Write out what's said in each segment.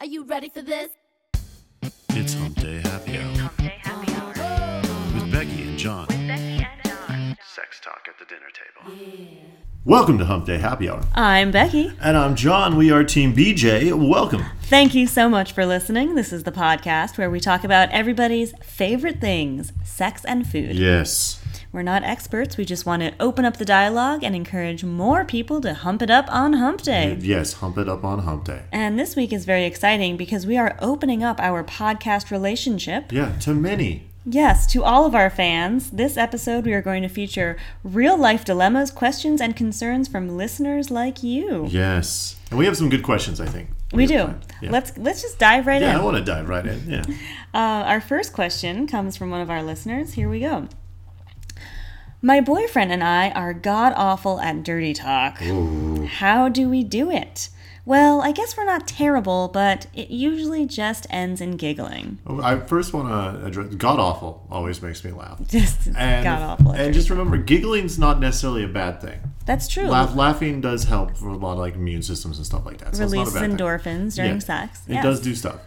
Are you ready for this? It's Hump Day Happy Hour with Becky and John. Sex talk at the dinner table. Welcome to Hump Day Happy Hour. I'm Becky. And I'm John. We are Team BJ. Welcome. Thank you so much for listening. This is the podcast where we talk about everybody's favorite things sex and food. Yes. We're not experts, we just want to open up the dialogue and encourage more people to hump it up on hump day. Yes, hump it up on Hump Day. And this week is very exciting because we are opening up our podcast relationship. Yeah, to many. Yes, to all of our fans. This episode, we are going to feature real life dilemmas, questions, and concerns from listeners like you. Yes. And we have some good questions, I think. We do. have time. Yeah. Let's let's just dive right in. yeah, I want to dive right in. Yeah. Uh, our first question comes from one of our listeners. Here we go. My boyfriend and I are god awful at dirty talk. How do we do it? Well, I guess we're not terrible, but it usually just ends in giggling. Oh, I first want to address God awful always makes me laugh. Just And, god awful. And just remember, giggling's not necessarily a bad thing. That's true. Laugh, laughing does help for a lot of like immune systems and stuff like that. So Releases it's not a bad thing. endorphins during Yeah. sex. It Yeah. does do stuff.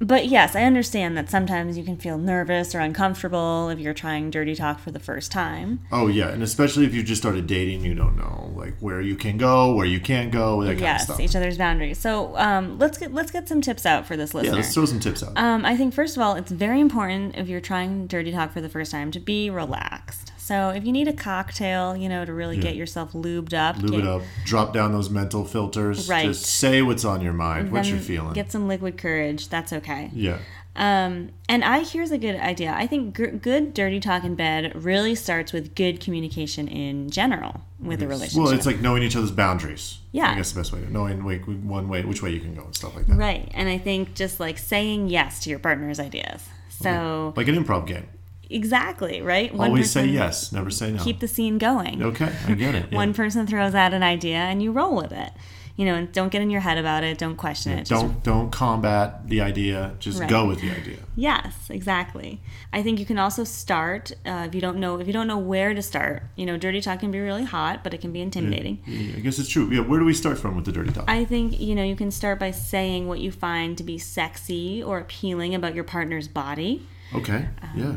But yes, I understand that sometimes you can feel nervous or uncomfortable if you're trying dirty talk for the first time. Oh yeah, and especially if you just started dating, you don't know like where you can go, where you can't go, that Yes, kind of each stuff. other's boundaries. So um, let's get let's get some tips out for this Yeah, listener. let's throw some tips out. Um, I think first of all, it's very important if you're trying dirty talk for the first time to be relaxed. So if you need a cocktail, you know, to really get yourself lubed up, Lube get, it up, drop down those mental filters. Right. Just say what's on your mind, what then you're feeling. get some liquid courage. That's okay. yeah. Um, and I here's a good idea. I think g- good dirty talk in bed really starts with good communication in general with a relationship. Well, it's like knowing each other's boundaries. Yeah. I guess the best way to knowing like one way which way you can go and stuff like that. right, and I think just like saying yes to your partner's ideas. So Like an improv game. exactly right. One Always say person- yes, never say no. Keep the scene going. okay, I get it. yeah. One person throws out an idea and you roll with it. You know, and don't get in your head about it. Don't question it. Just- don't don't combat the idea. Just Right. go with the idea. yes, exactly. I think you can also start uh, if you don't know if you don't know where to start. You know, dirty talk can be really hot, but it can be intimidating. Yeah, I guess it's true. Yeah, where do we start from with the dirty talk? I think you know you can start by saying what you find to be sexy or appealing about your partner's body. okay. Um, yeah.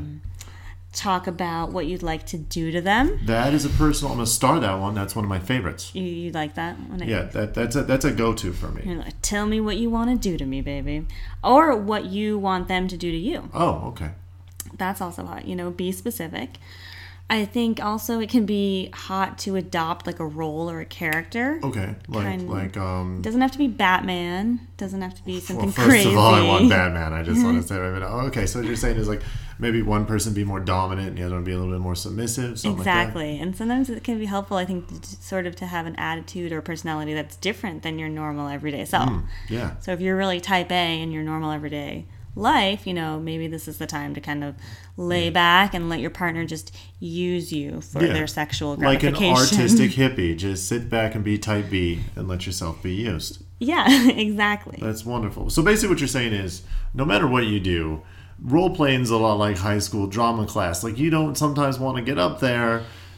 Talk about what you'd like to do to them. That is a personal. I'm gonna star that one. That's one of my favorites. You, you like that? When I- Yeah, that, that's a that's a go-to for me. You're like, Tell me what you want to do to me, baby, or what you want them to do to you. Oh, okay. that's also hot you know be specific i think also it can be hot to adopt like a role or a character Okay, like Kind- like um. doesn't have to be batman doesn't have to be something Well, first crazy Mm-hmm. of all, I want Batman. I just want to say, right now. okay. So what you're saying is like maybe one person be more dominant, and the other one be a little bit more submissive. Something Like exactly and sometimes it can be helpful i think to, to sort of to have an attitude or personality that's different than your normal everyday self that. Yeah. so if you're really type a in your normal everyday life you know maybe this is the time to kind of lay back and let your partner just use you for Yeah. their sexual Like gratification an artistic hippie, just sit back and be type B and let yourself be used. yeah exactly That's wonderful. So basically, what you're saying is, no matter what you do, role playing's a lot like high school drama class. Like you don't sometimes want to get up there,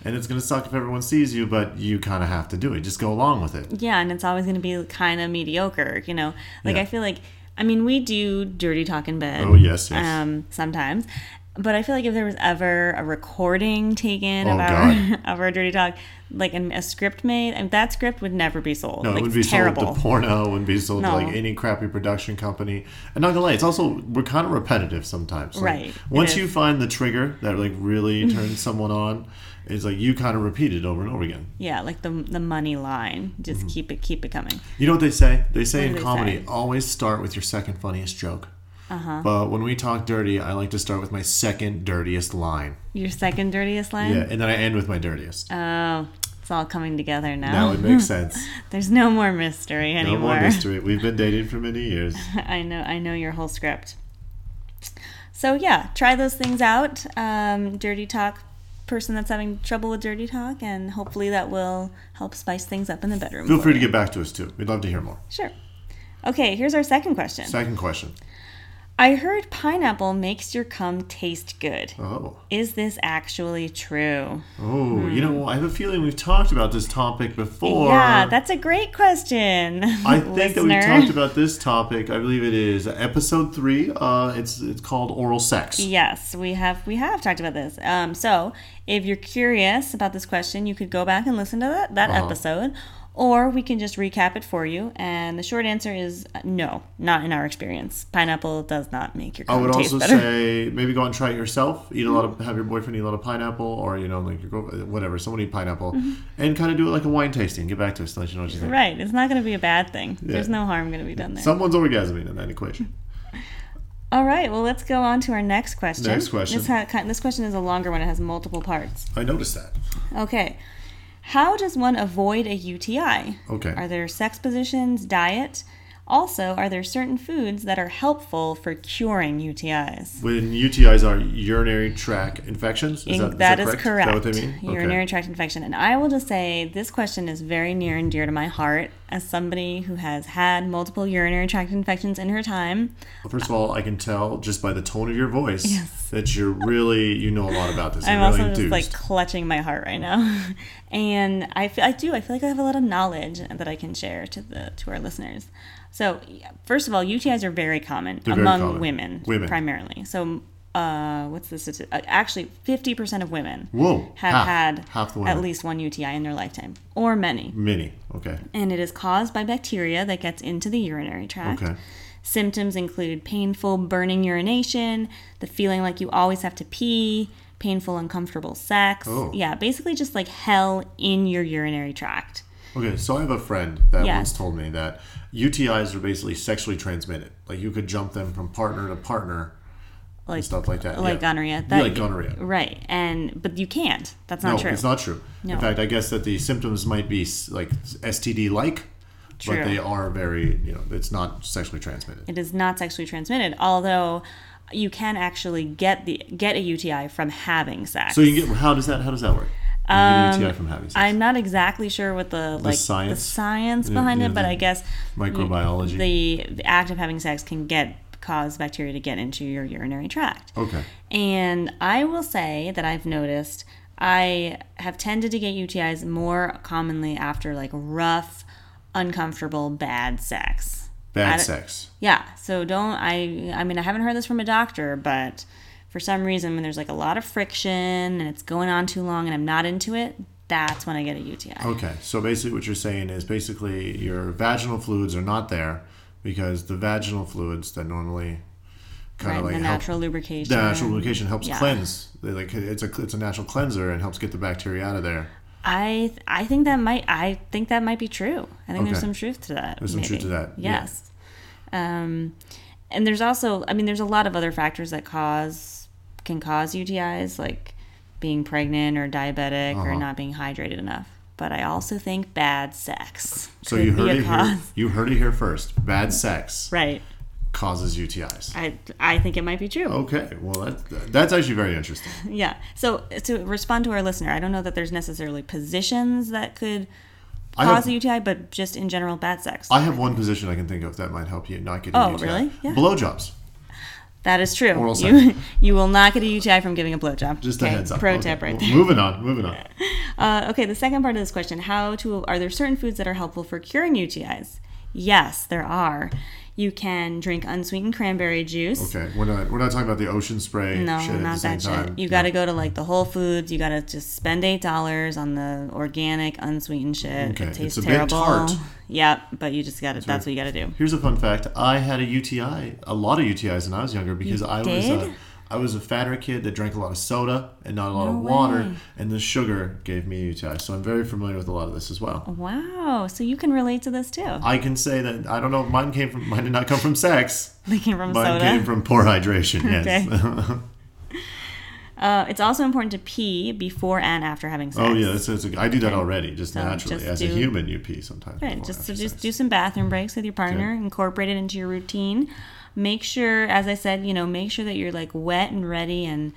and it's gonna suck if everyone sees you, but you kind of have to do it. Just go along with it. Yeah, and it's always going to be kind of mediocre, you know. Like Yeah. I feel like, I mean, we do dirty talk in bed. Oh, yes, yes. Um, sometimes, but I feel like if there was ever a recording taken Oh, of our God. of our dirty talk, like and a script made, and that script would never be sold. No, like, it would be it's terrible. sold to porno. It would be sold No. to like any crappy production company. And not gonna lie, it's also we're kind of repetitive sometimes. Like, Right, it Once is. you find the trigger that like really turns someone on, it's like you kind of repeat it over and over again. yeah, like the the money line. Just Mm-hmm. keep it keep it coming. You know what they say? They say in do they comedy, say? always start with your second funniest joke. Uh-huh. But when we talk dirty, I like to start with my second dirtiest line. Your second dirtiest line. Yeah, and then I end with my dirtiest. Oh, it's all coming together now now. it makes sense. There's no more mystery No anymore. more mystery. We've been dating for many years. I know I know your whole script. So yeah, try those things out. Um, dirty talk person that's having trouble with dirty talk, and hopefully that will help spice things up in the bedroom. Feel for free to you. get back to us too. We'd love to hear more. Sure. Okay, here's our second question. Second question. I heard pineapple makes your cum taste good. Oh. Is this actually true? Oh, Hmm. you know, I have a feeling we've talked about this topic before. yeah, that's a great question. I think that we've listener. talked about this topic. I believe it is episode three. Uh, it's it's called oral sex. Yes, we have we have talked about this. Um, so if you're curious about this question, you could go back and listen to that, that Uh-huh. episode, or we can just recap it for you. And the short answer is uh, no, not in our experience. Pineapple does not make your I cum would taste also better. say maybe go out and try it yourself. Eat a lot of have your boyfriend eat a lot of pineapple, or you know, like your girlfriend, whatever. Someone eat pineapple, and kind of do it like a wine tasting. Get back to us, and let you know what you think. Mm-hmm. right, it's not going to be a bad thing. There's no harm going to be done there. Someone's orgasming in that equation. All right, well let's go on to our next question. Next question. This, ha- ki- this question is a longer one. It has multiple parts. I noticed that. Okay. How does one avoid a UTI? Okay. Are there sex positions, diet? Also, are there certain foods that are helpful for curing UTIs? When UTIs are urinary tract infections, is that, that is correct? correct. Is that what they mean? Okay. Urinary tract infection. And I will just say this question is very near and dear to my heart as somebody who has had multiple urinary tract infections in her time. Well, First of all, I can tell just by the tone of your voice that you're really you know a lot about this. I'm You're also really just like enthused. clutching my heart right now. and I feel, I do, I feel like I have a lot of knowledge that I can share to the to our listeners. So, yeah, first of all, UTIs are very common very among common. Women, Women. primarily. So, uh, what's the statistic? Actually, 50% of women Whoa, have half- had half the at women. least one UTI in their lifetime or many. mini. Okay, And it is caused by bacteria that gets into the urinary tract. okay. Symptoms include painful, burning urination, the feeling like you always have to pee, painful, uncomfortable sex. Oh. Yeah, basically just like hell in your urinary tract. Okay, so I have a friend that Yes. once told me that UTIs are basically sexually transmitted. Like you could jump them from partner to partner Like, and stuff like that. like yeah. gonorrhea. Yeah, That, like gonorrhea. Right. And but you can't. That's not no, true. it's not true. No. In fact, I guess that the symptoms might be s- like STD like, True. but they are very, you know, it's not sexually transmitted. It is not sexually transmitted, although you can actually get the get a UTI from having sex. So you can get, how does that, how does that work? You get a UTI from having sex. Um, I'm not exactly sure what the, like the science? science Yeah, behind yeah, it, but the I guess microbiology. the, the act of having sex can get cause bacteria to get into your urinary tract. okay. And I will say that I've noticed I have tended to get UTIs more commonly after like rough, uncomfortable, bad sex. I Bad don't- sex. Yeah. So don't I I mean I haven't heard this from a doctor, but for some reason when there's like a lot of friction and it's going on too long and I'm not into it, that's when I get a UTI. Okay, so basically what you're saying is basically your vaginal fluids are not there because the vaginal fluids that normally kind right? of like the help natural lubrication. the natural lubrication helps Yeah. cleanse. They Like it's a it's a natural cleanser and helps get the bacteria out of there. I I think that might I think that might be true. I think there's Okay. some truth to that. There's some truth maybe. to that, yeah. Yes. Um, and there's also I mean there's a lot of other factors that cause can cause UTIs like being pregnant or diabetic or Uh-huh. not being hydrated enough. But I also think bad sex. So could you be heard a it here. cause. You heard it here first. Bad sex Right. causes UTIs. I I think it might be true. Okay, well that that's actually very interesting. Yeah. So to respond to our listener, I don't know that there's necessarily positions that could I cause have, a UTI, but just in general bad sex. I have one position I can think of that might help you not get a Oh, UTI. really? Yeah. Blowjobs. That is true. Oral you, sex. you will not get a UTI from giving a blowjob. Just Okay, a heads up. Pro Okay, tip right well, there. Moving on. Moving on. Uh, okay, the second part of this question: How to are there certain foods that are helpful for curing UTIs? Yes, there are. You can drink unsweetened cranberry juice. Okay, we're not we're not talking about the ocean spray. No, shit at not the same that time. shit. You got to go to like the Whole Foods. You got to just spend eight dollars on the organic unsweetened shit. Okay, It it's tastes a bit terrible. tart. Yep, but you just got to. That's what you got to do. Here's a fun fact. I had a UTI, a lot of UTIs when I was younger because I was did? a, I was a fatter kid that drank a lot of soda and not a lot No of water, way. and the sugar gave me a UTI. So I'm very familiar with a lot of this as well. Wow, so you can relate to this too. I can say that I don't know. if Mine came from mine did not come from sex. They came from Mine soda. came from poor hydration. Yes. Uh, it's also important to pee before and after having sex. oh yeah, that's, that's a, I do that already, just naturally just as a do- human. You pee sometimes. Right, before just and so after just sex. do some bathroom breaks with your partner, incorporate it into your routine. Make sure, as I said, you know, make sure that you're like wet and ready and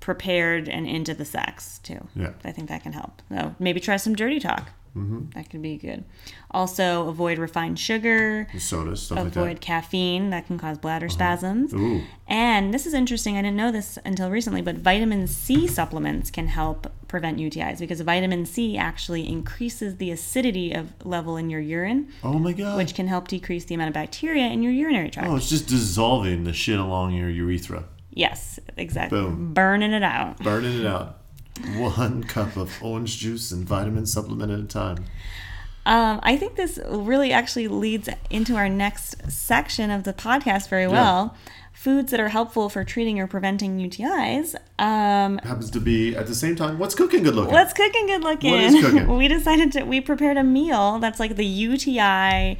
prepared and into the sex too. Yeah. I think that can help. So maybe try some dirty talk. Mm-hmm. That could be good. Also, avoid refined sugar, sodas, stuff avoid like caffeine, that can cause bladder spasms. that. Ooh, And this is interesting. I didn't know this until recently, but vitamin C supplements can help prevent UTIs because vitamin C actually increases the acidity of level in your urine, oh my god! which can help decrease the amount of bacteria in your urinary tract. oh, it's just dissolving the shit along your urethra, Yes, exactly. Boom. Burning it out. burning it out. One cup of orange juice and vitamin supplement at a time. Um, I think this really actually leads into our next section of the podcast very well. Foods that are helpful for treating or preventing UTIs. Um, Happens to be at the same time. What's cooking good looking? what's cooking good looking? What is cooking? we decided to we prepared a meal that's like the UTI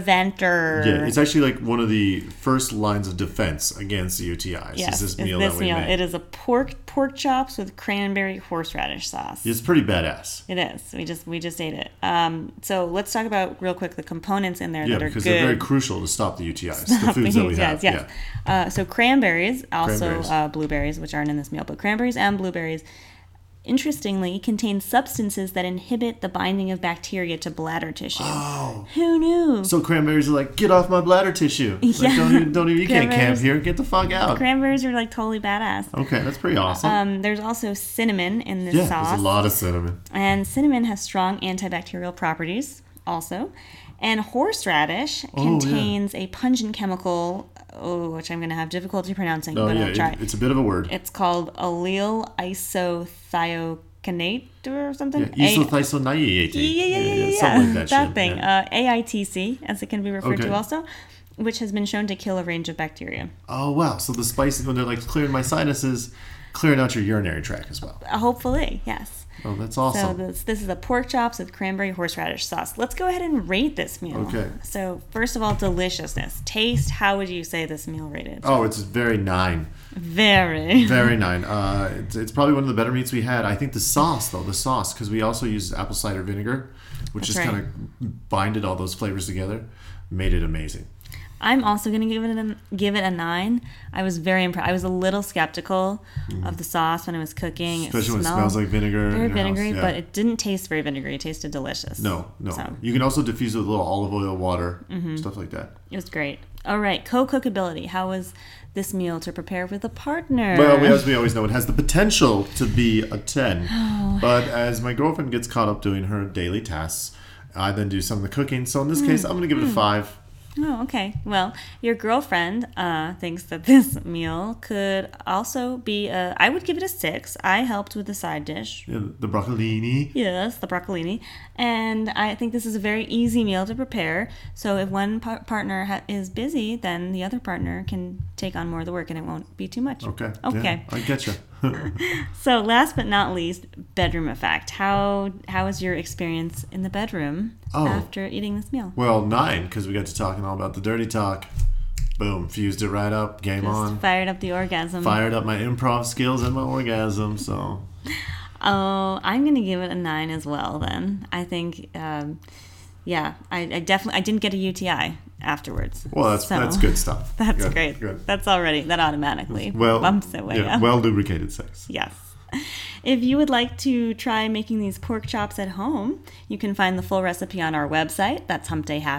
preventer. Yeah, it's actually like one of the first lines of defense against the UTIs. Yes, is this it's meal that we meal. make? It is a pork pork chops with cranberry horseradish sauce. It's pretty badass. It is. We just we just ate it. Um, so let's talk about real quick the components in there Yeah, that are because good. they're very crucial to stop the UTIs. the foods that we have. yes, Yeah. yes. Uh, so cranberries, also Cranberries. Uh, blueberries, which aren't in this meal, but cranberries and blueberries, interestingly, contain substances that inhibit the binding of bacteria to bladder tissue. Who knew? Oh. So cranberries are like, get off my bladder tissue. Like, Yeah. don't even, don't even, you can't camp Cranberries- here. Get the fuck out. cranberries are like totally badass. okay, that's pretty awesome. Um, there's also cinnamon in this yeah, sauce, there's a lot of cinnamon. and cinnamon has strong antibacterial properties. Also, and horseradish Oh, yeah. contains a pungent chemical, oh, which I'm going to have difficulty pronouncing, Oh but yeah, I'll try. it- it's a bit of a word. It's called allyl isothiocyanate or something. Yeah, A- isothiocyanate. yeah, yeah, yeah, yeah, yeah. something like that. shit. thing, Yeah. uh, AITC, as it can be referred Okay. to also, which has been shown to kill a range of bacteria. oh wow, so the spices when they're like clearing my sinuses, clearing out your urinary tract as well. Uh, hopefully, yes. Oh, that's So awesome. this, this is the pork chops with cranberry horseradish sauce. Let's go ahead and rate this meal. Okay. So first of all, deliciousness, taste. How would you say this meal rated? oh, it's very nine. Very. Very nine. Uh, it's, it's probably one of the better meats we had. I think the sauce, though, the sauce, because we also used apple cider vinegar, which That's just right. kind of binded all those flavors together, made it amazing. I'm also gonna give it a give it a nine. I was very impressed. I was a little skeptical of the sauce when it was cooking. Mm. Especially when it smells like vinegar. in very your house, vinegary, yeah. but it didn't taste very vinegary. It tasted delicious. No, no. So. Mm-hmm. You can also diffuse it with a little olive oil, water, stuff like that. it was great. All right, co-cookability. How was this meal to prepare with a partner? Well, we, as we always know, it has the potential to be a 10. Oh. But as my girlfriend gets caught up doing her daily tasks, I then do some of the cooking. So in this Mm. case, I'm going to give it a 5. Oh, okay. Well, your girlfriend uh, thinks that this meal could also be a. I would give it a six. I helped with the side dish. Yeah, The broccolini. Yes, the broccolini. And I think this is a very easy meal to prepare. So if one par- partner ha- is busy, then the other partner can take on more of the work and it won't be too much. Okay. yeah, Okay. I get you. So last but not least, bedroom effect. How how was your experience in the bedroom Oh. after eating this meal? Well, nine because we got to talking all about the dirty talk. Boom, fused it right up. Game Just on. fired up the orgasm. Fired up my improv skills and my orgasm. So Oh, I'm gonna give it a nine as well. Then I think, um, yeah, I, I definitely I didn't get a UTI afterwards. well, that's So- that's good stuff. That's Good, great. Good. That's already that automatically Well, bumps it way yeah, up. well lubricated sex. yes. If you would like to try making these pork chops at home, you can find the full recipe on our website, that's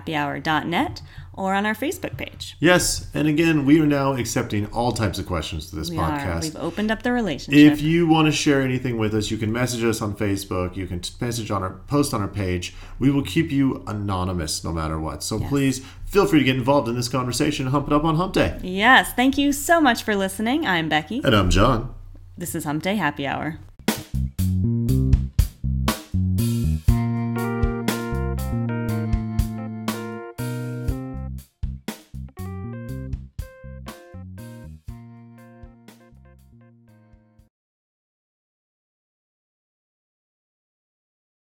humpdayhappyhour.net, or on our Facebook page. Yes, and again, we are now accepting all types of questions to this We are. podcast. We've opened up the relationship. If you want to share anything with us, you can message us on Facebook. You can t- message on our post on our page. We will keep you anonymous no matter what. So please feel free to get involved in this conversation. Hump it up on Hump Day. yes, thank Uh, you so much for listening. I'm Becky. And I'm John. This is Hump Day Happy Hour.